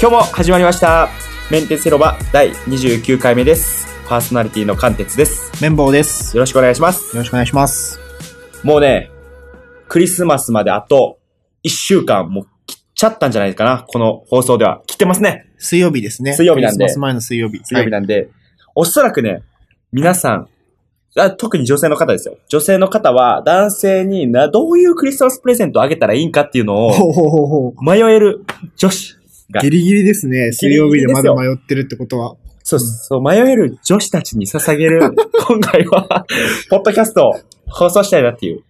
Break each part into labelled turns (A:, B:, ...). A: 今日も始まりました。メンテセロバ第29回目です。パーソナリティの貫徹です。
B: 綿棒です。よ
A: よろしくお願いします。
B: ろしくお願いします。
A: もうね、クリスマスまであと1週間もう切っちゃったんじゃないかな。この放送では。切ってますね。
B: 水曜日ですね。
A: 水曜日なんで
B: クリスマス前の水曜日。
A: 水曜日
B: はい
A: なんで、おそらくね、皆さん、あ特に女性の方ですよ。女性の方は男性にな、どういうクリスマスプレゼントをあげたらいいんかっていうのを
B: ほうほうほうほ
A: 迷える女子。
B: う。ギリギリですね。水曜日でまだ迷ってるってことは。
A: そうそう、迷える女子たちに捧げる、今回は、ポッドキャストを放送したいなっていう。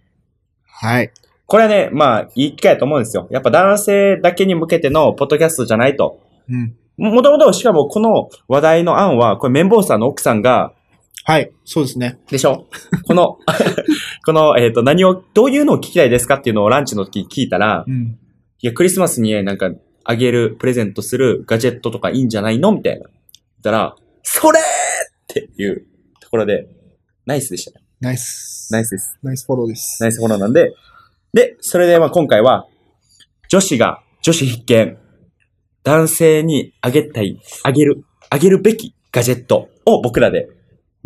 B: はい。
A: これはね、まあ、いい機会だと思うんですよ。やっぱ男性だけに向けてのポッドキャストじゃないと。
B: うん。
A: ももともと、しかもこの話題の案は、これ、綿棒さんの奥さんが、
B: はい。そうですね。
A: でしょこの、 この、えっ、と、何を、どういうのを聞きたいですかっていうのをランチの時に聞いたら
B: う、ん。
A: いや、クリスマスにねなんか、あげる、プレゼントするガジェットとかいいんじゃないのみたいな。言ったら、それーっていうところで、ナイスでしたね。
B: ナイス。
A: ナ
B: ナイ
A: イスです。
B: ス。フォローです。
A: ナイスフォローなんで。で、それでまあ今回は、女子が、女子必見、男性にあげたい、あげる、あげるべきガジェットを僕らで、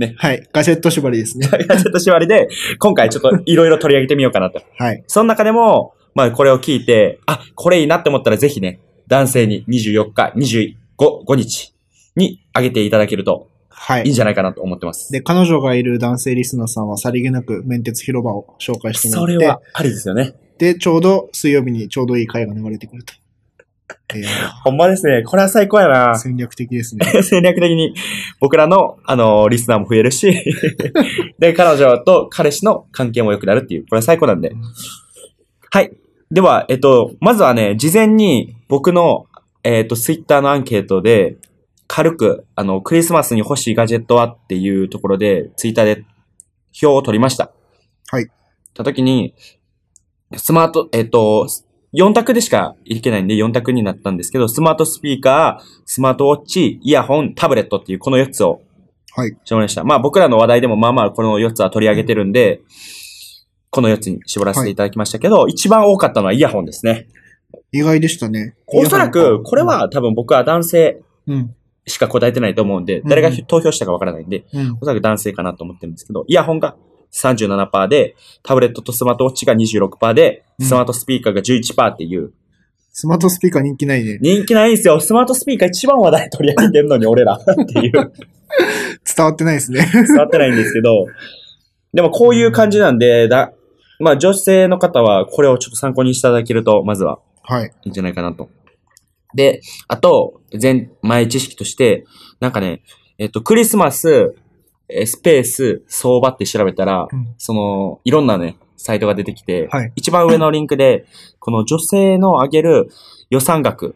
B: はい。ガジェット縛りですね。
A: ガジェット縛りで、今回ちょっといろいろ取り上げてみようかなと。
B: はい。
A: その中でも、まあこれを聞いて、あ、これいいなって思ったらぜひね、男性に24日、25 5日にあげていただけると
B: はい
A: いん
B: い。
A: じゃないかなと思ってます。
B: で、彼女がいる男性リスナーさんはさりげなく面鉄広場を紹介しても
A: そ
B: ら
A: れ
B: って
A: は、ありですよね。
B: で、ちょうど水曜日にちょうどいい回が流れてくると。いや
A: ほんまですね。これは最高やな
B: ー戦略的ですね。
A: 戦略的に僕らの、あのリスナーも増えるし、 で、彼女と彼氏の関係も良くなるっていう、これは最高なんで。はい。では、えっと、まずはね、事前に僕の、えっと、ツイッターのアンケートで、軽く、あの、クリスマスに欲しいガジェットはっていうところで、ツイッターで票を取りました。
B: はい。
A: たときに、スマート、えっと、4択でしかいけないんで4択になったんですけど、スマートスピーカー、スマートウォッチ、イヤホン、タブレットっていうこの4つを
B: はい。
A: 絞りました。まあ僕らの話題でもまあまあこの4つは取り上げてるんで、この4つに絞らせていただきましたけど、一番多かったのはイヤホンですね。
B: 意外でしたね。
A: おそらくこれは多分僕は男性
B: うん。
A: しか答えてないと思うんで、
B: うん
A: 誰が投票したかわからないんで、
B: うん。
A: おそらく男性かなと思ってるんですけど、イヤホンが37%で、タブレットとスマートウォッチが26%で、
B: うん
A: スマートスピーカーが11%っていう、
B: スマートスピーカー人気ないね。
A: 人気ないんですよ。スマートスピーカー一番話題取り上げてるのに俺らっていう、
B: 伝わってないですね。
A: 伝わってないんですけど、でもこういう感じなんで、だ、まあ女性の方はこれをちょっと参考にしていただけると、まずは
B: はい。
A: いいんじゃないかなと。で、あと、前、前知識として、なんかね、えっと、クリスマス、えースペース、相場って調べたら、
B: うん
A: その、いろんなね、サイトが出てきて、
B: はい
A: 一番上のリンクで、この女性の上げる予算額、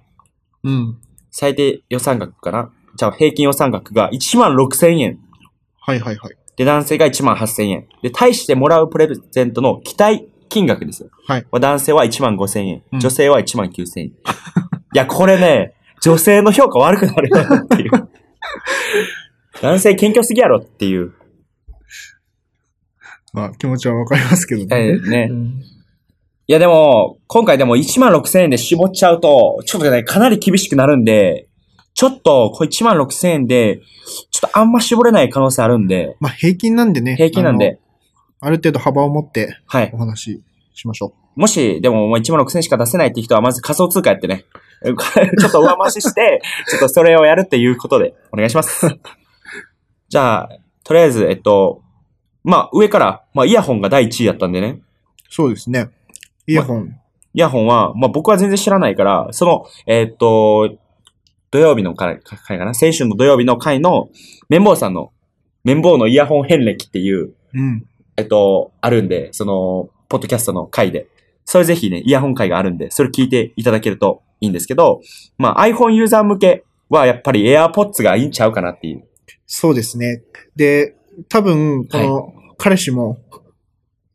B: うん。
A: 最低予算額かなじゃあ平均予算額が1万6千円。
B: はいはいはい。
A: で、男性が1万8千円。で、対してもらうプレゼントの期待金額ですよ。
B: はい。
A: 男性は1万5千円。
B: うん
A: 女性は1万9千円。いや、これね、女性の評価悪くなるよって いう。男性謙虚すぎやろっていう。
B: まあ気持ちはわかりますけどね。
A: ね
B: う。ん
A: いや、でも、今回でも1万6千円で絞っちゃうと、ちょっとね、かなり厳しくなるんで、ちょっと、これ1万6千円で、ちょっとあんま絞れない可能性あるんで、
B: まあ平均なんでね。
A: 平均なんで。
B: あの。ある程度幅を持って
A: はい
B: お。話ししましょ
A: もし、でも、1万6000しか出せないって人は、まず仮想通貨やってね。 ちょっと上回しして、 ちょっとそれをやるっていうことで、お願いします。 じゃあ、とりあえず、えっと、まあ、上から、まあ、イヤホンが第1位やったんでね。
B: う。そうですね。イヤホン。
A: イヤホンは、まあ、僕は全然知らないから、その、えっと、土曜日の回か回かな先週の土曜日の回の、綿棒さんの、綿棒のイヤホン遍歴っていう、
B: うん。
A: えっと、あるんで、その、ポッドキャストの回で。それぜひね、イヤホン回があるんで、それ聞いていただけるといいんですけど、まあ iPhone ユーザー向けはやっぱり AirPods がいいんちゃうかなっていう。
B: そうですね。で、多分、この彼氏も、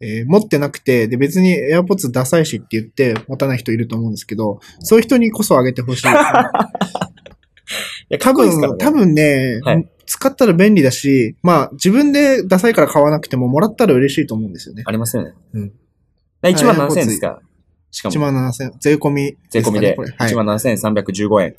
B: えー持ってなくて、で別に AirPods ダサいしって言って持たない人いると思うんですけど、そういう人にこそあげてほしい。
A: いや、か
B: 多
A: っこいいですから
B: 分、
A: ね。
B: 多分ね、
A: はい
B: 使ったら便利だし、まあ自分でダサいから買わなくてももらったら嬉しいと思うんですよね。
A: ありますよね。
B: うん。
A: 1万7000円ですかしか
B: 1
A: も、
B: 万7000、税込み、
A: 税込みで、
B: これはい
A: 1万7315円。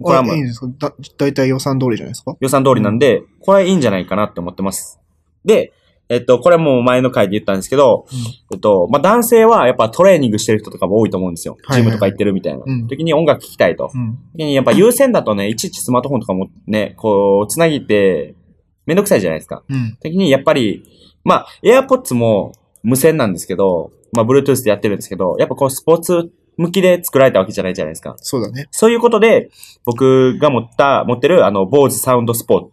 A: これはもう
B: いいんですかだ、だいたい予算通りじゃないですか
A: 予算通りなんで、これいいんじゃないかなって思ってます。で、えっと、これもう前の回で言ったんですけど、
B: うん
A: えっと、まあ、男性はやっぱトレーニングしてる人とかも多いと思うんですよ。
B: は
A: ジ
B: いはいはい
A: ムとか行ってるみたいな。
B: うん
A: 時に音楽聴きたいと。
B: うん。
A: 時にやっぱ優先だとね、いちいちスマートフォンとかもね、こう、つなぎて、めんどくさいじゃないですか。
B: うん。
A: 時にやっぱり、まあ、AirPods も無線なんですけど、まあ、Bluetooth でやってるんですけど、やっぱこう、スポーツ向きで作られたわけじゃないじゃないですか。
B: そうだね。
A: そういうことで、僕が持った、持ってる、あの、坊主サウンドスポッ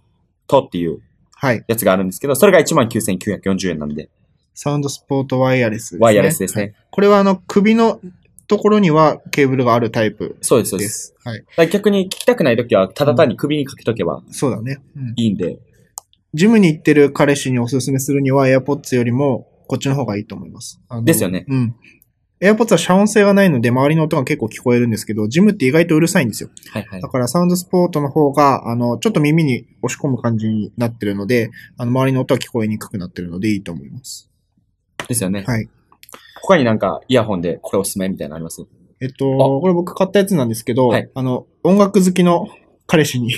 A: トっていう
B: はい。
A: やつがあるんですけど、それが19,940円なんで、
B: サウンドスポートワイヤレスです、ね。
A: ワイヤレスですね。
B: これはあの、首のところにはケーブルがあるタイプ
A: そうです、そう
B: で
A: です。
B: す。はい。
A: だから逆に聞きたくないときは、ただ単に首にかけとけば
B: そうだね。うん。
A: いいんで、
B: ジムに行ってる彼氏におすすめするには AirPods よりもこっちの方がいいと思います。あの
A: ですよね。
B: うん。AirPods は遮音性がないので周りの音が結構聞こえるんですけど、ジムって意外とうるさいんですよ。
A: はいはい
B: だ。からサウンドスポートの方が、あの、ちょっと耳に押し込む感じになってるので、あの、周りの音は聞こえにくくなってるのでいいと思います。
A: ですよね。
B: はい。
A: 他になんか、イヤホンでこれおすすめみたいなのあります
B: えっと、これ僕買ったやつなんですけど、
A: はい
B: あの、音楽好きの彼氏に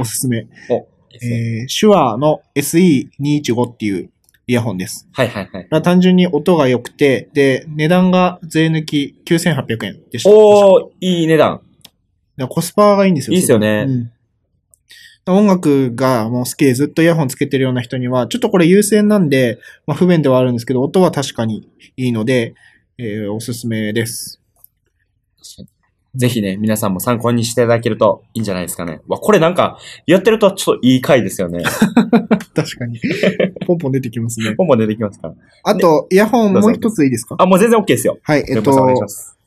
B: おすすめ。
A: えー
B: えー、シュアーの SE215 っていうイヤホンです。
A: はいはいはい。
B: まあ単純に音が良くて、で、値段が税抜き9800円でした。
A: おー、いい値段。
B: だからコスパがいいんですよ。
A: いいっすよね
B: うん音楽がもう好きでずっとイヤホンつけてるような人には、ちょっとこれ優先なんで、まあ、不便ではあるんですけど、音は確かにいいので、えーおすすめです。
A: ぜひね、皆さんも参考にしていただけるといいんじゃないですかね。わ、これなんか、やってるとちょっといい回ですよね。
B: 確か に。ポンポン出てきますね。
A: 本も出てきますから。
B: あと、イヤホン
A: どうぞ
B: もう一ついいですか
A: あ、もう全然 OK ですよ。
B: はい、えっ
A: ペンポさんお願いし
B: と
A: ま、す。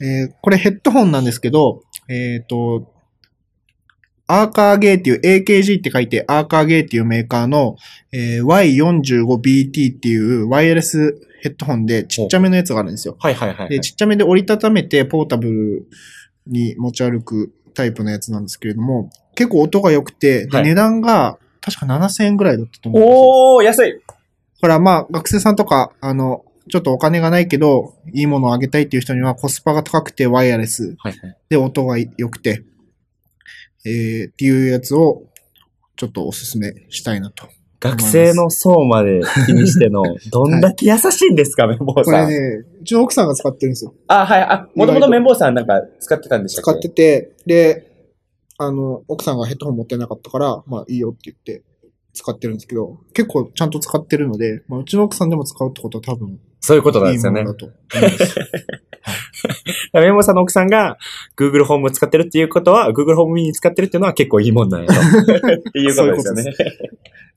B: えーこれヘッドホンなんですけど、えっ、と、アーカーゲーっていう、AKG って書いて、アーカーゲーっていうメーカーの、えー Y45BT っていうワイヤレスヘッドホンでちっちゃめのやつがあるんですよ。
A: はいはいはい、はい
B: で、。ちっちゃめで折りたためてポータブルに持ち歩くタイプのやつなんですけれども、結構音が良くて、で
A: はい
B: 値段が確か7000円ぐらいだったと思うんですよ。
A: おー、安い
B: ほら、まあ、学生さんとか、あの、ちょっとお金がないけど、いいものをあげたいっていう人にはコスパが高くてワイヤレス
A: はいはい。
B: で音が良くて、えー、っていうやつをちょっとおすすめしたいなと。
A: 学生の層まで気にしての、どんだけ優しいんですか、綿棒
B: こ
A: さ
B: れ
A: ん。
B: ね、うちの奥さんが使ってるんですよ。
A: あ、はい、あ、もともと綿棒さんなんか使ってたんでした
B: 使
A: っ
B: っ
A: け
B: てて、で、あの、奥さんがヘッドホン持ってなかったから、まあいいよって言って使ってるんですけど、結構ちゃんと使ってるので、まあうちの奥さんでも使うってことは多分い
A: そういうことなんで
B: い
A: す
B: も
A: よね
B: のだ。と思います。
A: 綿棒さんの奥さんが Google ホームを使ってるっていうことは、Google ホームに使ってるっていうのは結構いいもんなん やと。っていうことですよ
B: そうい
A: ね。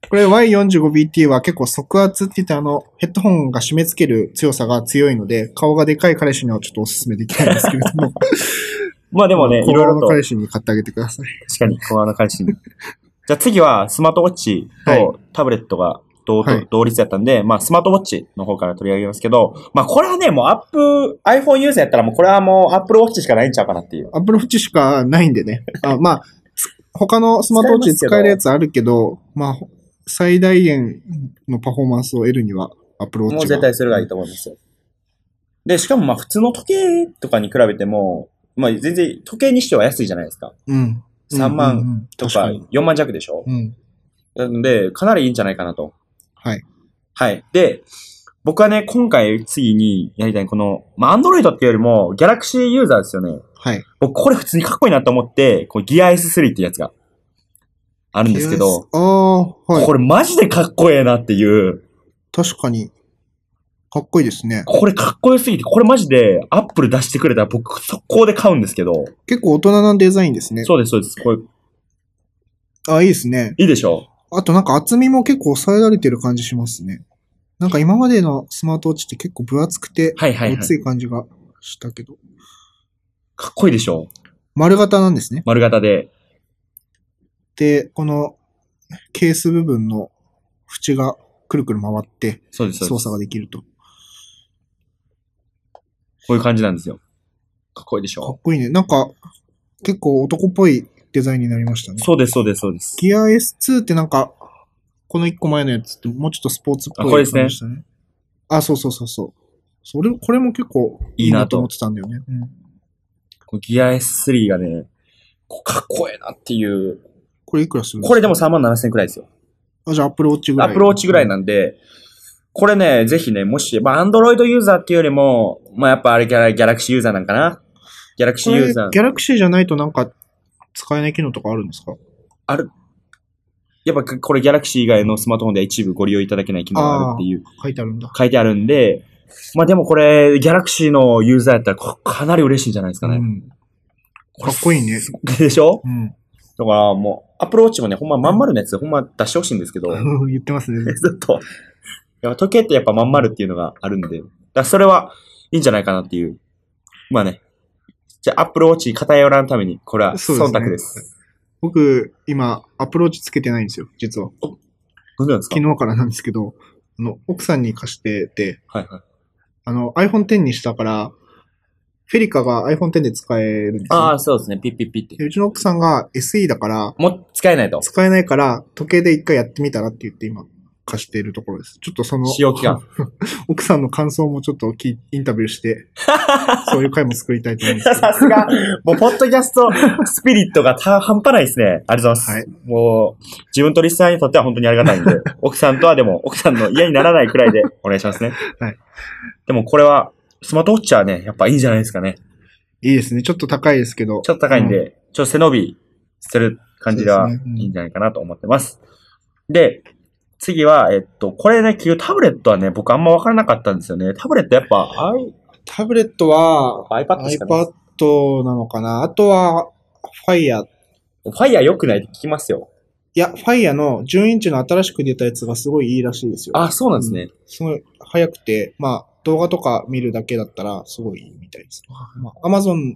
B: これ Y45BT は結構即圧って言ってあの、ヘッドホンが締め付ける強さが強いので、顔がでかい彼氏にはちょっとおすすめできないんですけれども、
A: まあで もね、い
B: 小
A: ろい
B: 柄
A: ろ
B: の
A: と、確
B: 彼氏に買ってあげてください。
A: かに、この感じ に。じゃあ次は、スマートウォッチ
B: はい
A: とタブレットが同,、
B: はい
A: 同率やったんで、まあスマートウォッチの方から取り上げますけど、まあこれはね、もうアップ、iPhone ユーザーやったらもうこれはもう Apple Watch しかないんちゃうかなっていう。
B: アップルウォッチしかないんでね。あまあ、つ他のスマートウォッチで使えるやつあるけど、まあ、ほ最大限のパフォーマンスを得るには、アップルウォ
A: もう
B: ッチが。
A: 絶対それがいいと思いますよ。で、しかもまあ普通の時計とかに比べても、まあ全然時計にしては安いじゃないですか。
B: うん。
A: 3
B: うんうん
A: 万
B: うん
A: と
B: 確
A: か
B: に
A: 4万弱でしょ
B: うん。
A: なので、かなりいいんじゃないかなと。
B: はい。
A: はい。で、僕はね、今回次にやりたいこの、まあ、アンドロイドっていうよりも、ギャラクシーユーザーですよね。
B: はい。
A: 僕、これ普通にかっこいいなと思って、こう、ギア S3 っていうやつがあるんですけど、
B: ああ、はい
A: こ。れマジでかっこええなっていう、
B: 確かに、かっこいいですね。
A: これかっこよすぎて、これマジで、アップル出してくれたら僕、速攻で買うんですけど、
B: 結構大人なデザインですね。
A: そうです、そうです。これ、
B: あ、いいですね。
A: いいでしょ
B: あとなんか厚みも結構抑えられてる感じしますね。なんか今までのスマートウォッチって結構分厚くて、
A: はいはいはい
B: ご。つい感じがしたけど。
A: かっこいいでしょ
B: 丸型なんですね。
A: 丸型で。
B: で、このケース部分の縁がくるくる回って
A: そうです、そう
B: 操
A: です。
B: 作ができると。
A: こういう感じなんですよ。かっこいいでし
B: か
A: ょ
B: っこいいね。なんか結構男っぽいデザインになりましたね。
A: そうです、そうです、そうです。
B: ギア S2 ってなんか、この一個前のやつってもうちょっとスポーツっぽ
A: あこれ
B: い
A: ですね
B: 感じでしたね。あ、そうそうそうそう。それ、これも結構いいなと思ってたんだよね。うん
A: こうギア S3 がね、こかっこええなっていう。
B: これいくらするんすか
A: これでも3万7千円くらいですよ。
B: あ、じゃあアップルウォッチぐら
A: ア
B: い。
A: ップローチぐらいな
B: な。
A: んで、これね、ぜひね、もし、まあ、アンドロイドユーザーっていうよりも、まあ、やっぱあれギャラ、ギャラクシーユーザーなんかなギャラクシ
B: こ
A: ー
B: れ、
A: ユ
B: ギ
A: ーザー。
B: ャラクシーじゃないとなんか、使えない機能とかあるんですか
A: ある、やっぱこれギャラクシー以外のスマートフォンでは一部ご利用いただけない機能があるっていう、
B: 書いてあるんだ。
A: 書いてあるんで、まあでもこれ、ギャラクシーのユーザーやったらこかなり嬉しいんじゃないですか
B: う
A: ね。
B: ん。かっこいいね。
A: でしょ
B: うん。
A: だからもう、アプローチもね、ほんままん丸のやつ、ほんま出してほしいんですけど、ず
B: 言ってますね。
A: っと。やっぱ時計ってやっぱまん丸っていうのがあるんで、だからそれはいいんじゃないかなっていう。まあね。じゃあ、アップルウォッチに偏らんために、これは
B: そうです
A: 忖
B: ね
A: 度です。
B: 僕、今、アップローチつけてないんですよ、実は。
A: なんでなんですか
B: 昨日からなんですけど、あの、奥さんに貸してて、
A: はいはい。
B: あの、iPhone X にしたから、フェリカが iPhone X で使えるんです
A: あ
B: よ。
A: あ、そうですね。ピッピッピって
B: で。うちの奥さんが SE だから、
A: もう使えないと。
B: 使えないから、時計で一回やってみたらって言って今、貸しているところです。ちょっとその、
A: 使用期間。
B: 奥さんの感想もちょっときインタビューして、そういう回も作りたいと思 いま す。
A: さすが、もう、ポッドキャストスピリットがた半端ないですね。ありがとうございます。
B: はい
A: もう、自分とリスナーにとっては本当にありがたいん で、奥さんとはでも、奥さんの嫌にならないくらいでお願いしますね。
B: はい。
A: でも、これは、スマートウォッチはね、やっぱいいんじゃないですかね。
B: いいですね。ちょっと高いですけど。
A: ちょっと高いんで、
B: う
A: ちょっと背伸びする感じでは
B: そう
A: い
B: ですねうん
A: いんじゃないかなと思ってます。で、次は、えっと、これね、結局タブレットはね、僕あんま分からなかったんですよね。タブレットやっぱ、I-
B: タブレットは、
A: iPad しかない。
B: iPad なのかなあとは、Fire。
A: ファイヤー良くないって聞きますよ。
B: いや、Fire の10インチの新しく出たやつがすごいいいらしいですよ。
A: あ、そうなんですね。
B: すごい早くて、まあ、動画とか見るだけだったら、すごいいいみたいです。まあ、Amazon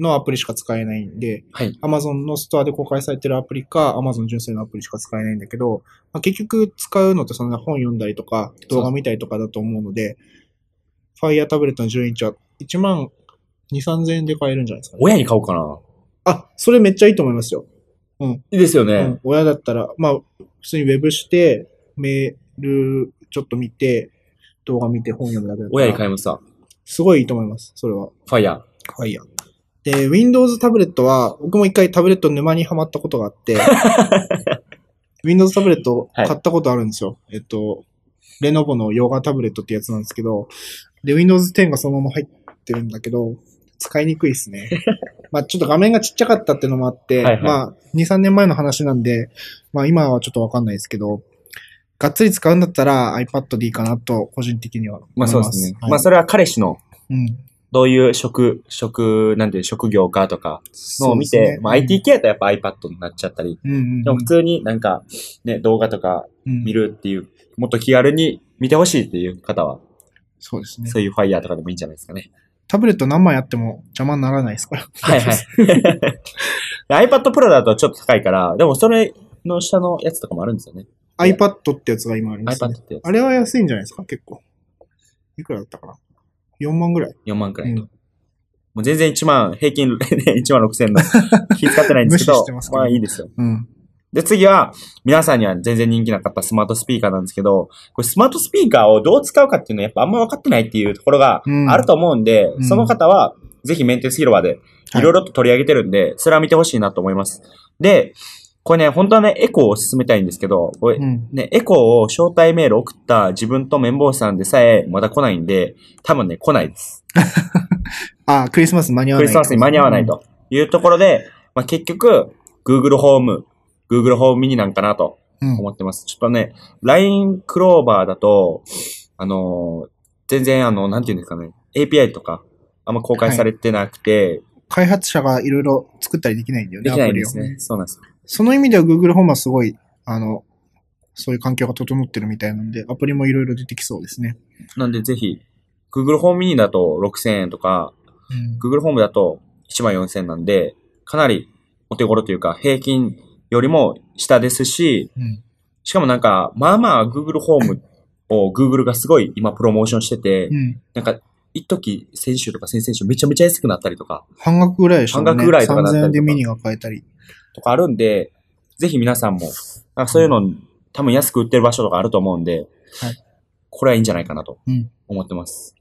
B: のアプリしか使えないんで、
A: はい。
B: Amazon のストアで公開されてるアプリか、Amazon 純正のアプリしか使えないんだけど、まあ、結局使うのってそんな本読んだりとか、動画見たりとかだと思うので、Fire タブレットの10インチは1万2、3000円で買えるんじゃないですかね。
A: 親に買おうかな。
B: あ、それめっちゃいいと思いますよ。
A: いいですよね。
B: うん、親だったら、まあ、普通にウェブして、メールちょっと見て、動画見て本読むだけだったら
A: 親に買いました。
B: すごいいいと思います、それは。
A: ファイヤー。
B: はいや。で、Windows タブレットは、僕も一回タブレット沼にはまったことがあって、Windows タブレット買ったことあるんですよ。えっと、レノボのヨガタブレットってやつなんですけど、で、Windows 10がそのまま入ってるんだけど、使いにく いですね。まあちょっと画面がちっちゃかったってのもあって、
A: はいはい
B: まあ2、3年前の話なんで、まあ今はちょっとわかんないですけど、がっつり使うんだったら iPad でいいかなと、個人的には思い
A: ま
B: ま
A: あ
B: す。
A: そうですね。
B: はい
A: まあそれは彼氏の、
B: うん
A: どういう職、職、なんていう、職業かとかのを見
B: そうで
A: て、
B: すね
A: まあ IT 系だとやっぱ iPad になっちゃったり、
B: うんうんうん、
A: でも普通になんか、ね、動画とか
B: うん
A: 見るっていう、もっと気軽に見てほしいっていう方は、
B: そうですね
A: そ。ういうファイヤーとかでもいいんじゃないですかね。
B: タブレット何枚あっても邪魔にならないですから。
A: はい はい。iPad Pro だとちょっと高いから、でもそれの下のやつとかもあるんですよね。
B: iPad ってやつが今ありますね
A: iPad。ってやつ
B: あれは安いんじゃないですか結構。いくらだったかな ?4 万ぐらい。
A: 4万くらい。
B: うん
A: もう全然1万、平均1万6千の気使ってないんですけ
B: 無
A: ど
B: 視してます、けど
A: まあいいですよ。
B: うん。
A: で、次は、皆さんには全然人気なかったスマートスピーカーなんですけど、これスマートスピーカーをどう使うかっていうのはやっぱあんま分かってないっていうところが
B: うん
A: あると思うんで、
B: ん
A: その方は、ぜひメンテス広場でいろいろと取り上げてるんで、それは見てほしいなと思います。で、これね、本当はね、エコーを進めたいんですけど、これ
B: うん。
A: ね、エコーを招待メール送った自分と綿棒さんでさえまだ来ないんで、多分ね、来ないです。
B: あ、クリスマス間に合わ
A: ク
B: ない。
A: リスマスに間に合わない。というところで、まあ、結局、Google ホーム、Google ホームミニなんかなと
B: うん。
A: 思ってます。ちょっとね、LINE クローバーだと、あのー全然、あの、なんていうんですかね、API とか、あんま公開されてなくて、
B: 開発者がいろいろ作ったりできないんだよね、
A: できないんで
B: ア
A: す
B: プリを
A: ね。。そうなんですよ。
B: その意味では Google ホームはすごい、あの、そういう環境が整ってるみたいなんで、アプリもいろいろ出てきそうですね。
A: なんで、ぜひ、Google ホームミニだと6000円とか、
B: うん。
A: Google ホームだと1万4000円なんで、かなりお手頃というか、平均よりも下ですし、
B: うん
A: しかもなんか、まあまあ Google ホームを Google がすごい今プロモーションしてて、
B: うん。
A: なんか、一時先週とか先々週めちゃめちゃ安くなったりとか、
B: 半額ぐらいでしょ、ね、
A: 半額ぐらいとかだったりとか
B: 3000円でミニが買えたり。
A: とかあるんで、ぜひ皆さんも、なんかそういうの、多分安く売ってる場所とかあると思うんで、
B: はい
A: これはいいんじゃないかなと
B: うん
A: 思ってます。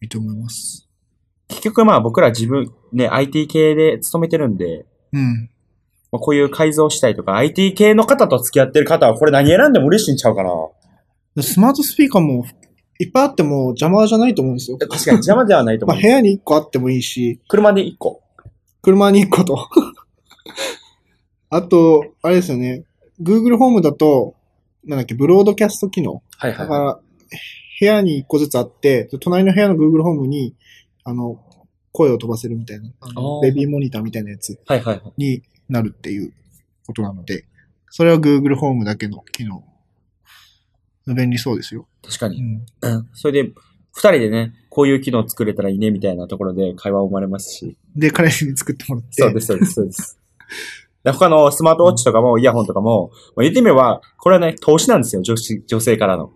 B: いいと思います。
A: 結局まあ僕ら自分、ね、IT 系で勤めてるんで、
B: うん。
A: まあ、こういう改造したいとか、IT 系の方と付き合ってる方は、これ何選んでも嬉しいんちゃうかな。
B: スマートスピーカーもいっぱいあっても邪魔じゃないと思うんですよ。
A: 確かに邪魔ではないと
B: ま
A: 思
B: あ、
A: う
B: 部。屋に1個あってもいいし、
A: 車で1個。
B: 車に1個と。 あと、あれですよね。Google ホームだと、なんだっけ、ブロードキャスト機能。
A: はいは
B: だ
A: い
B: か
A: はい。
B: ら、部屋に1個ずつあって、で隣の部屋の Google ホームに、あの、声を飛ばせるみたいな、あ
A: あ
B: の
A: ー
B: ベビーモニターみたいなやつ
A: はいはいはい。
B: になるっていうことなので、それは Google ホームだけの機能。便利そうですよ。
A: 確かに。
B: ん。
A: それで、二人でね、こういう機能作れたらいいね、みたいなところで会話生まれますし。
B: で、彼氏に作ってもらって。
A: そうです、そうです、そうです。で他のスマートウォッチとかも、イヤホンとかも、まあ、言ってみれば、これはね、投資なんですよ、女子、女性からの。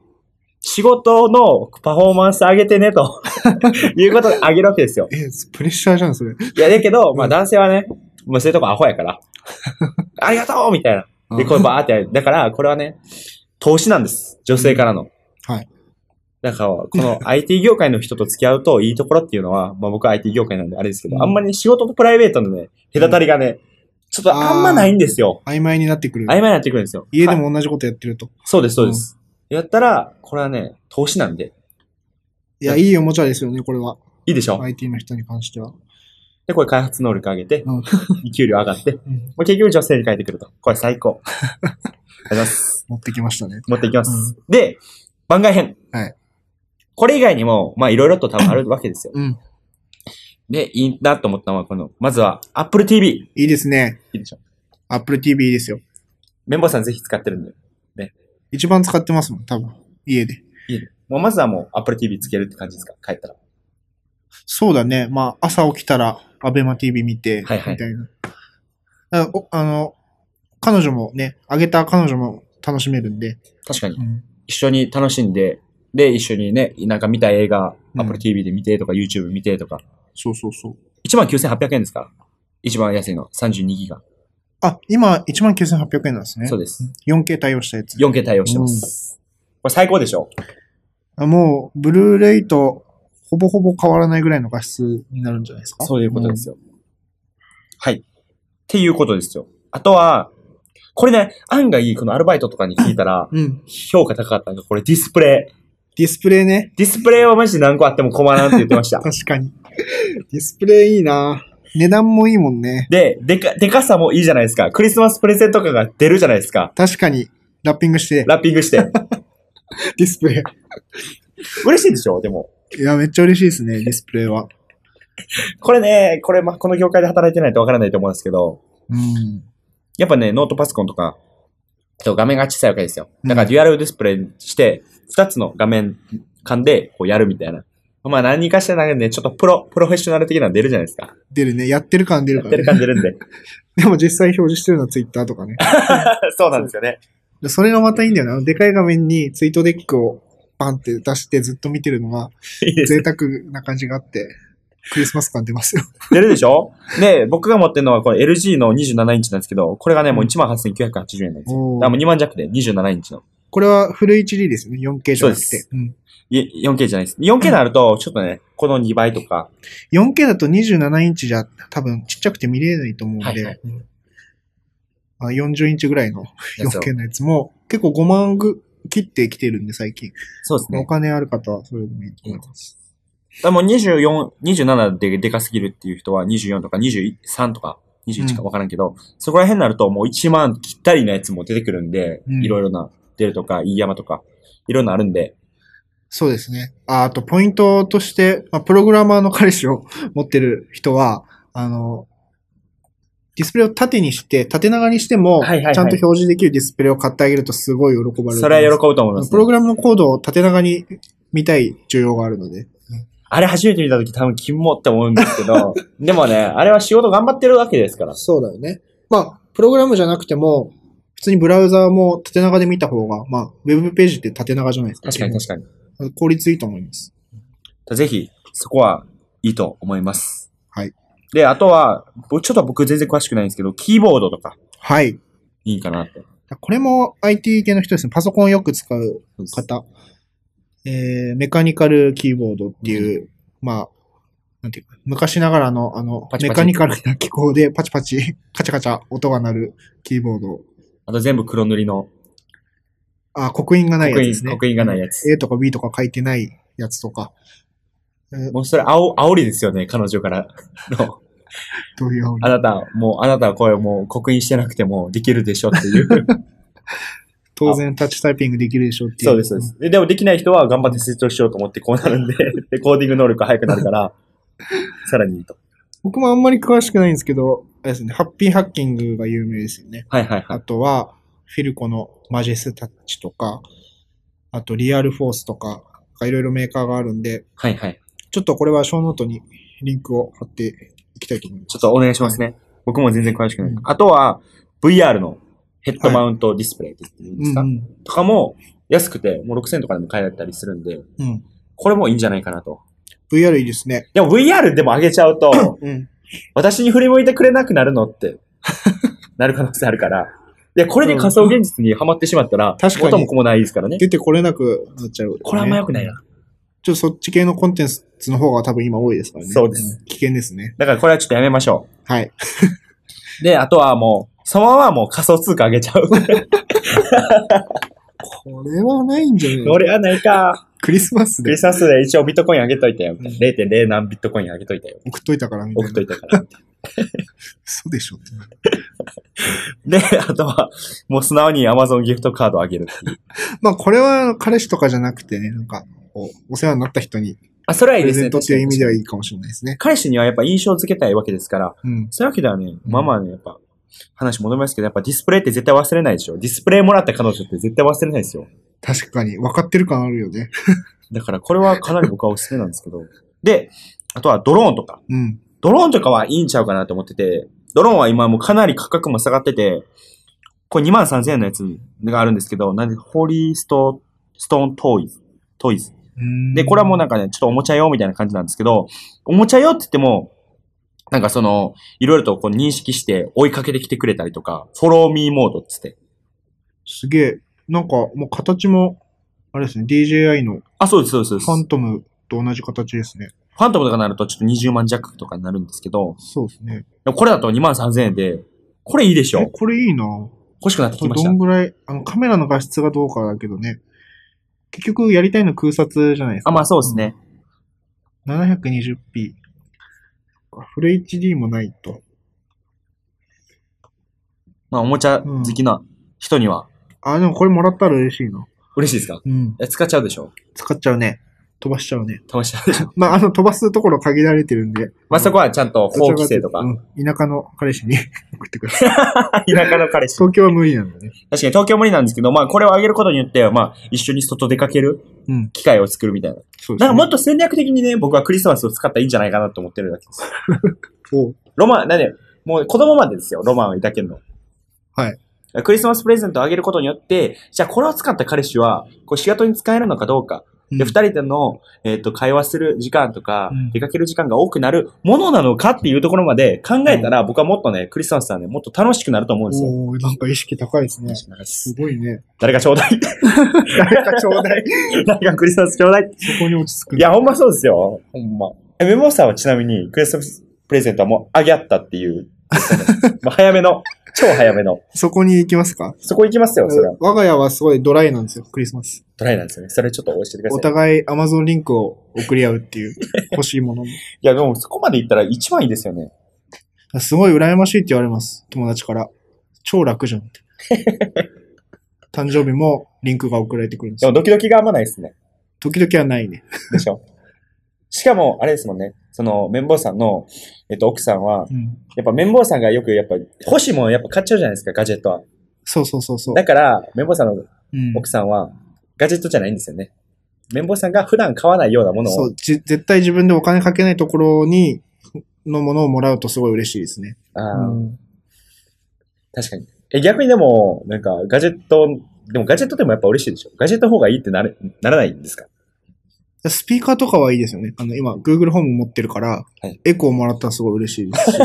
A: 仕事のパフォーマンス上げてね、と、 いうことで上げるわけですよ。
B: え、プレッシャーじゃん、それ。
A: いや、だけど、まあ男性はね、まあそういうとこアホやから。ありがとうみたいな。で、これバーってやる。だから、これはね、投資なんです。女性からの。
B: はい。
A: だから、この IT 業界の人と付き合うといいところっていうのは、まあ僕は IT 業界なんであれですけど、
B: うん
A: あんまりね仕事とプライベートのね、隔たりがね、ちょっとあんまないんですよ。
B: 曖昧になってくる。
A: 曖昧になってくるんですよ。
B: 家で
A: は
B: も同じことやってると。
A: そうです、そうです。やったら、これはね、投資なんで、
B: いや、いいおもちゃですよね、これは。
A: いいでしょ
B: IT の人に関しては。
A: で、これ開発能力上げて
B: うん、
A: 給料上がって、も
B: うん
A: う結局女性に変えてくると。これ最 高。ありがとうございます。
B: 持ってきましたね。
A: 持っていきます。で、番外編。
B: はい
A: これ以外にも、まあいろいろと多分あるわけですよ。
B: うん。
A: で、いいなと思ったのは、この、まずは Apple TV。い
B: いいですね。
A: いでしょ。
B: Apple TV いいですよ。
A: 綿棒さんぜひ使ってるんで。
B: 一番使ってますもん、多分。家で。
A: いいねもうまずはもう Apple TV つけるって感じですか帰ったら。
B: そうだね。まあ、朝起きたら、アベマ TV 見て、
A: はいはい
B: みたいな。あおあの、彼女もね、あげた彼女も楽しめるんで。
A: 確かに。
B: うん
A: 一緒に楽しんで、で、一緒にね、なんか見た映画、
B: うん
A: Apple TV で見てとか、YouTube 見てとか。
B: そうそうそう。
A: 19,800円ですか一番安いの。32ギガ。
B: あ、今、19,800円なんですね
A: そ。うです。
B: 4K 対応したやつ。
A: 4K 対応してます。これ最高でしょ
B: あもう、ブルーレイとほぼほぼ変わらないぐらいの画質になるんじゃないですか。
A: そういうことですよ。はい。っていうことですよ。あとは、これね、案外、このアルバイトとかに聞いたら、
B: うん。うん。
A: 評価高かったのが、これディスプレイ。
B: ディスプレイね。
A: ディスプレイはマジで何個あっても困らんって言ってまし た。
B: 確かに。 ディスプレイいいな値段もいいもんね。
A: で、でか、でかさもいいじゃないですか。クリスマスプレゼントとかが出るじゃないですか。
B: 確かに、ラッピングして、
A: ラッピングして。
B: ディスプレ
A: 嬉しいでしょでも。
B: イ。いや、めっちゃ嬉しいですね、ディスプレイは。
A: これね、これ、ま、この業界で働いてないとわからないと思うんですけど、
B: うん。
A: やっぱね、ノートパソコンとか、と画面が小さいわけですよ。だからデュアルディスプレイにして、二つの画面間でこうやるみたいな。まあ何かしらなんかね、ちょっとプロ、プロフェッショナル的なの出るじゃないですか。
B: 出るね。やってる感出る
A: や
B: か
A: って
B: ら
A: る感
B: ね。
A: 出るんで。
B: でも実際表示してるのはツイッターとかね。
A: そうなんですよ ね。
B: でそれがまたいいんだよな。あのでかい画面にツイートデックをバンって出してずっと見てるのが
A: いいです
B: 贅沢な感じがあって、クリスマス感出 ますよ。
A: 出るでしょで、僕が持ってるのはこれ LG の27インチなんですけど、これがね、もう18,980円なんですよ。だか
B: お
A: らも
B: ー
A: う2万弱で27インチの。
B: これはフル HD ですよね。4K じゃなく
A: そうで
B: て
A: す。
B: うん、
A: い 4K じゃないです。4K になると、ちょっとね、この2倍とか、
B: 4K だと27インチじゃ多分ちっちゃくて見れないと思うん
A: はい
B: で、
A: はい
B: うんまあ、40インチぐらいの
A: やつを
B: 4K のやつも結構5万ぐ切ってきてるんで最近。
A: そうですね
B: お。金ある方はそれでもいいと思います。
A: だからもう24、27ででかすぎるっていう人は24とか23とか21か
B: うん
A: わからんけど、そこら辺になるともう1万ぴったりなやつも出てくるんで、
B: うん
A: いろいろな、出るとか、いい山とか、いろいろなあるんで、
B: そうですね。ああと、ポイントとして、まあ、プログラマーの彼氏を持ってる人は、あの、ディスプレイを縦にして、縦長にしても、
A: はいはいはい
B: ちゃんと表示できるディスプレイを買ってあげるとすごい喜ばれる。
A: それは喜ぶと思います、
B: プログラムのコードを縦長に見たい需要があるので。
A: あれ初めて見た時多分キモって思うんですけど、 でもね、あれは仕事頑張ってるわけですから。
B: そうだよね。まあ、プログラムじゃなくても、普通にブラウザーも縦長で見た方が、まあ、ウェブページって縦長じゃないですか。
A: 確かに確かに。
B: に。効率いいと思います。
A: ぜひ、そこはいいと思います。
B: はい。
A: で、あとは、ぼちょっと僕全然詳しくないんですけど、キーボードとか、
B: はい。
A: いいかなって。
B: これも IT 系の人ですね。パソコンをよく使う方。えー、メカニカルキーボードっていう、まあ、なんていうか、昔ながらの、あの
A: パ、チパチ
B: メカニカルな機構でパチパチ、カチャカチャ音が鳴るキーボード。
A: あと全部黒塗りの
B: あ、刻印がないや
A: 刻
B: つ
A: 印
B: ですね。
A: 刻印がないやつ。
B: A とか B とか書いてないやつとか、
A: もうそれ、あお、煽りですよね、彼女から の。
B: どういう煽り
A: あなた、もう、あなたはこれもう刻印してなくてもできるでしょっていう。
B: 当然タッチタイピングできるでしょってい う。
A: そうです、そうで。す。で、でもできない人は頑張って成長しようと思ってこうなるんで、 でコーディング能力が速くなる から、さらにいいと。
B: 僕もあんまり詳しくないんですけど、あれですね、ハッピーハッキングが有名ですよね。
A: はいはいは
B: あ
A: い。
B: とは、フィルコのマジェスタッチとか、あとリアルフォースとか、いろいろメーカーがあるんで、
A: はいはい。
B: ちょっとこれは小ノートにリンクを貼っていきたいと思います。
A: ちょっとお願いしますね。僕も全然詳しくない。
B: うん
A: あとは、VR のヘッドマウントディスプレイって言うんですか、
B: うん
A: とかも、安くて、もう6000とかでも買えたりするんで、
B: うん、うん。
A: これもいいんじゃないかなと。
B: VR いいですね。
A: でも VR でも上げちゃうと、
B: うん。
A: 私に振り向いてくれなくなるの って、なる可能性あるから。いや、これで仮想現実にはまってしまったら、
B: 確かに
A: 元も子もないですからね。
B: 出てこれなくなっちゃう、
A: これはあんま良くないな。
B: ちょっとそっち系のコンテンツの方が多分今多いですからね。
A: そうです
B: ん。危険ですね。
A: だからこれはちょっとやめましょ
B: はい。
A: う。で、あとはもう、そのままもう仮想通貨上げちゃ う。
B: これはないんじゃない
A: これはないか。
B: クリスマス
A: ク
B: で
A: リスマスで一応ビットコイン上げといたよ。みたいな0.0何ビットコイン上げといたよ。
B: 送っといたからみた
A: 送
B: い
A: っ
B: な。
A: といたから。
B: 嘘でしょってなる
A: で、あとは、もう素直に Amazon ギフトカードあげるっていう。
B: まあこれは彼氏とかじゃなくてね、なんか、こうお世話になった人に、
A: あ、それは
B: プ
A: いいで
B: レ
A: す
B: ゼ
A: ね。
B: ントっていう意味ではいいかもしれないですね。
A: 彼氏にはやっぱ印象づけたいわけですから、
B: うん。
A: そういうわけではね、まあまあね、やっぱ、話戻りますけど、やっぱディスプレイって絶対忘れないでしょ。ディスプレイもらった彼女って絶対忘れないですよ。
B: 確かに、分かってる感あるよね。
A: だからこれはかなり僕はおすすめなんですけど。で、あとはドローンとか。
B: うん。
A: ドローンとかはいいんちゃうかなと思ってて、ドローンは今もうかなり価格も下がってて、これ2万3000円のやつがあるんですけど、なんで、ホーリースト、ストーントイズ、トイズ。で、これはもうなん
B: か、
A: かね、ちょっとおもちゃ用みたいな感じなんですけど、おもちゃ用って言っても、なんかその、いろいろとこう認識して追いかけてきてくれたりとか、フォローミーモードっつって。
B: すげえ、なんかもう形も、あれですね、DJI の
A: あ、そうです、そうです。そうです
B: ファントムと同じ形ですね。
A: ファントムとかになるとちょっと20万弱とかになるんですけど、
B: そうですね。
A: でもこれだと2万3000円で、これいいでし
B: え、
A: ょ
B: これいいなぁ
A: 欲しくなってきまし
B: ど
A: た
B: ん。ぐらい、あの、カメラの画質がどうかだけどね。結局、やりたいの空撮じゃないですか。
A: あ、まあそうですね。
B: 720p。そっかフル HD もないと。
A: まあおもちゃ好きな人には
B: あ、でもこれもらったら嬉しいな。
A: 嬉しいですか
B: うん。
A: え使っちゃうでしょ
B: 使っちゃうね。飛ばしちゃうね。
A: 試しちゃうで しょ
B: まあ、あの、飛ばすところ限られてるんで。
A: まあそこはちゃんと
B: どち
A: 法
B: ら
A: 規
B: かとい
A: 制
B: う
A: と
B: と、
A: か、
B: うん田舎の彼氏に 送ってくださ い。
A: 田舎の彼氏。確
B: 東京は無理なんだね。
A: かに東京無理なんですけど、まあこれを上げることによって、まあ一緒に外出かける
B: うん。
A: 機会を作るみたいな。
B: そうで
A: なん
B: す
A: かも
B: ね。
A: っと戦略的にね、僕はクリスマスを使ったらいいんじゃないかなと思ってるだけです。
B: お
A: ロマン、なんで、もう子供までですよ、ロマンを抱けるの。
B: はい。
A: クリスマスプレゼントをあげることによって、じゃあこれを使った彼氏は、こう仕事に使えるのかどうか。
B: うん
A: で、二人での、えっ、と、会話する時間とか、
B: うん
A: 出かける時間が多くなるものなのかっていうところまで考えたら、僕はもっとね、クリスマスはね、もっと楽しくなると思うんですよ。
B: おーなんか意識高いですね。すごいね。
A: 誰かちょうだい。
B: 誰かちょ うだい。
A: 誰かクリスマスちょうだい。
B: そこに落ち着く。
A: いや、ほんまそうですよ。ほんま。えメモさんはちなみに、クリスマスプレゼントはもうあげあったって いう。もう早めの、超早めの。
B: そこに行きますか
A: そこ行きますよ、それは。
B: 我が家はすごいドライなんですよ、クリスマス。
A: ドライなんですよね。それちょっと教えてくだ
B: お
A: さい。
B: 互い Amazon リンクを送り合うっていう、欲しいものも。
A: いや、でもそこまで行ったら一番いいですよね。
B: すごい羨ましいって言われます、友達から。超楽 じゃんって。誕生日もリンクが送られてくるんです
A: でも
B: よ。
A: ドキドキがあんまないですね。
B: 時々はないね。
A: でしょ。 しかも、あれですもんね。その、綿棒さんの、えっと、奥さんは、
B: うん。
A: やっぱ綿棒さんがよく、やっぱ、欲しいものやっぱ買っちゃうじゃないですか、ガジェットは。
B: そうそうそうそう
A: だ。から、綿棒さんの
B: うん、
A: 奥さんは、ガジェットじゃないんですよね。綿棒さんが普段買わないようなものを
B: そうじ、絶対自分でお金かけないところに、のものをもらうとすごい嬉しいですね。
A: あ
B: う
A: ー
B: ん。
A: 確かに。え、逆にでも、なんか、ガジェット、でもガジェットでもやっぱ嬉しいでしょガジェットの方がいいってなれ、ならないんですか
B: スピーカーとかはいいですよね。あの、今、Google ホーム持ってるから、
A: はい
B: エコーもらったらすごい嬉し いですし。ディ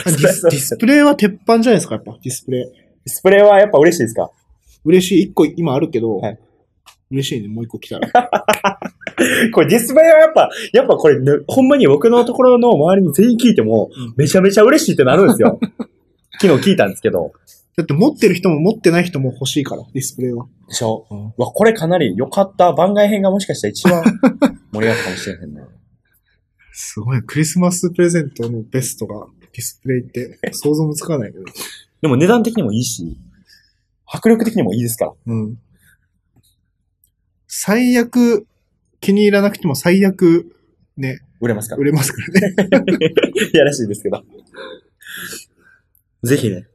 A: そりゃ
B: ス
A: そうで
B: ディ
A: す
B: ス
A: よ
B: プレイは鉄板じゃないですか、やっぱ、ディスプレイ。
A: ディスプレイはやっぱ嬉しいですか
B: 嬉しい。一個今あるけど、
A: はい
B: 嬉しいね、もう一個来たら。
A: これディスプレイはやっぱ、やっぱこれね、ほんまに僕のところの周りに全員聞いても
B: うん、
A: めちゃめちゃ嬉しいってなるんです よ。昨日聞いたんですけど。
B: だって持ってる人も持ってない人も欲しいから、ディスプレイは。
A: でしょ、うわ、これかなり良かった。番外編がもしかしたら一番盛り上がったかもしれへんね。
B: すごい。クリスマスプレゼントのベストがディスプレイって想像もつかないけど。
A: でも値段的にもいいし、迫力的にもいいですから。
B: うん。最悪、気に入らなくても最悪、ね、
A: 売れますから。
B: 売れますから ね。
A: い やらしいですけど。ぜひね。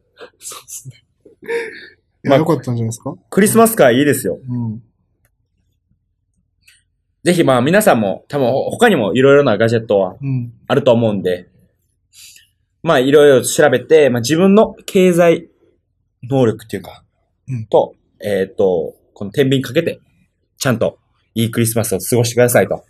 B: い
A: まあ
B: やよかったんじゃないですか
A: クリスマス会いいですよ。
B: うん。
A: ぜひまあ皆さんも多分他にもいろいろなガジェットは
B: うん。
A: あると思うんで、まあいろいろ調べて、まあ自分の経済能力っていうか、
B: うん
A: と、えっ、と、この天秤かけて、ちゃんといいクリスマスを過ごしてくださいと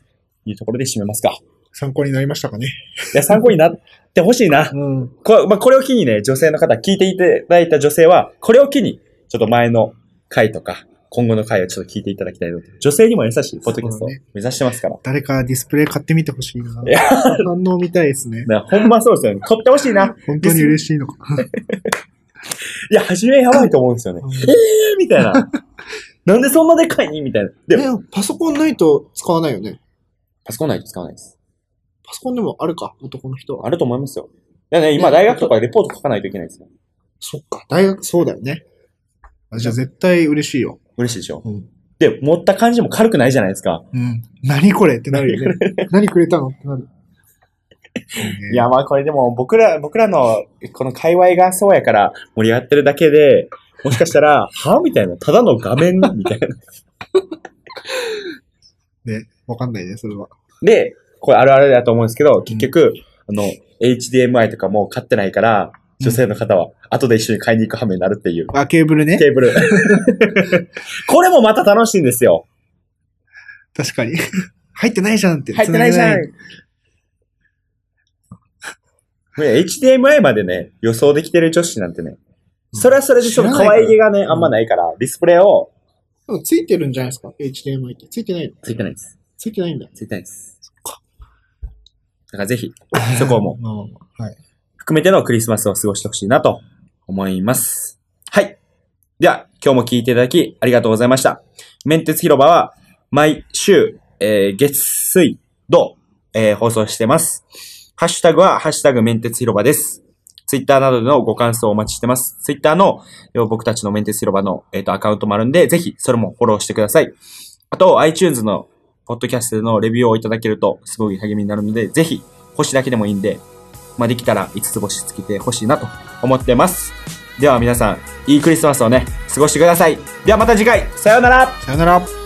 A: いうところで締めますか。
B: 参考になりましたかね。
A: いや、参考になってほしいな。
B: うん。
A: こ,、まあ、これを機にね、女性の方、聞いていただいた女性は、これを機に、ちょっと前の回とか、今後の回をちょっと聞いていただきたいなと。女性にも優しいポッドキャストを
B: そうだ
A: 目指してますから。
B: 誰かディスプレイ買ってみてほしいな。
A: いや
B: 反応見たいです ね。
A: だからほんまそうですよね。撮ってほしいな。
B: 本当に嬉しいのか。
A: いや、初めやばいと思うんですよね。えーみたい な。なんでそんなでかいみたいな。
B: で
A: で、
B: パソコンないと使わないよね。
A: パソコンないと使わないです。
B: パソコンでもあるか、男の人は。
A: あると思いますよ。だからね、今大学とかレポート書かないといけないですよ。
B: そっか、大学、そうだよね。あじゃあ絶対嬉しいよ。
A: 嬉しいでしょ。
B: うん。
A: で、持った感じも軽くないじゃないですか。
B: うん。何これってなるよね。何くれたのってなる。
A: いや、まあこれでも僕ら、僕らのこの界隈がそうやから盛り上がってるだけで、もしかしたら、はみたいな、ただの画面みたいな。
B: ね、わかんないね、それは。
A: で、これあるあるだと思うんですけど、結局、あの、HDMI とかも買ってないから、女性の方は後で一緒に買いに行く羽目になるっていう。
B: あ、ケーブルね。
A: ケーブル。これもまた楽しいんですよ。
B: 確かに。 入ってないじゃんって。
A: 入ってないじゃん。
B: 繋
A: ね
B: げ
A: HDMI までね、予想できてる女子なんてね、
B: うん
A: それはそれでちょっと可愛げがね、あんまないから、ディスプレイを
B: でもついてるんじゃないですか ?HDMI って。ついてないの
A: ついてないです。
B: ついてないんだ。
A: ついてないです。だからぜひ、そこも
B: まあまあまあはい。
A: 含めてのクリスマスを過ごしてほしいなと思います。はい。では、今日も聞いていただきありがとうございました。メンテツ広場は毎週、えー月水土、えー放送してます。ハッシュタグは、ハッシュタグメンテツ広場です。ツイッターなどでのご感想をお待ちしてます。ツイッターのえー僕たちのメンテツ広場の、えーとアカウントもあるんで、ぜひそれもフォローしてください。あと、iTunes のポッドキャストでのレビューをいただけるとすごい励みになるので、ぜひ星だけでもいいんで、まあ、できたら5つ星つけてほしいなと思ってます。では皆さん、いいクリスマスをね、過ごしてください。ではまた次回、さようなら
B: さよなら。